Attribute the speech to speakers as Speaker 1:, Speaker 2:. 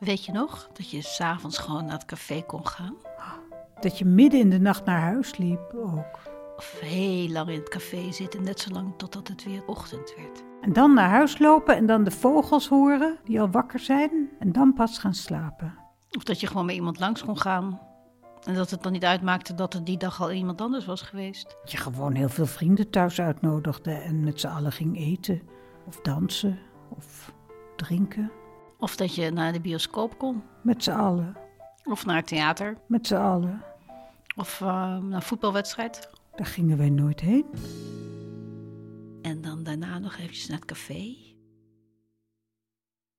Speaker 1: Weet je nog dat je s'avonds gewoon naar het café kon gaan?
Speaker 2: Dat je midden in de nacht naar huis liep ook.
Speaker 1: Of heel lang in het café zitten, net zo lang totdat het weer ochtend werd.
Speaker 2: En dan naar huis lopen en dan de vogels horen die al wakker zijn. En dan pas gaan slapen.
Speaker 1: Of dat je gewoon met iemand langs kon gaan. En dat het dan niet uitmaakte dat er die dag al iemand anders was geweest.
Speaker 2: Dat je gewoon heel veel vrienden thuis uitnodigde en met z'n allen ging eten. Of dansen. Of drinken.
Speaker 1: Of dat je naar de bioscoop kon.
Speaker 2: Met z'n allen.
Speaker 1: Of naar het theater.
Speaker 2: Met z'n allen.
Speaker 1: Of eh, naar een voetbalwedstrijd.
Speaker 2: Daar gingen wij nooit heen.
Speaker 1: En dan daarna nog eventjes naar het café.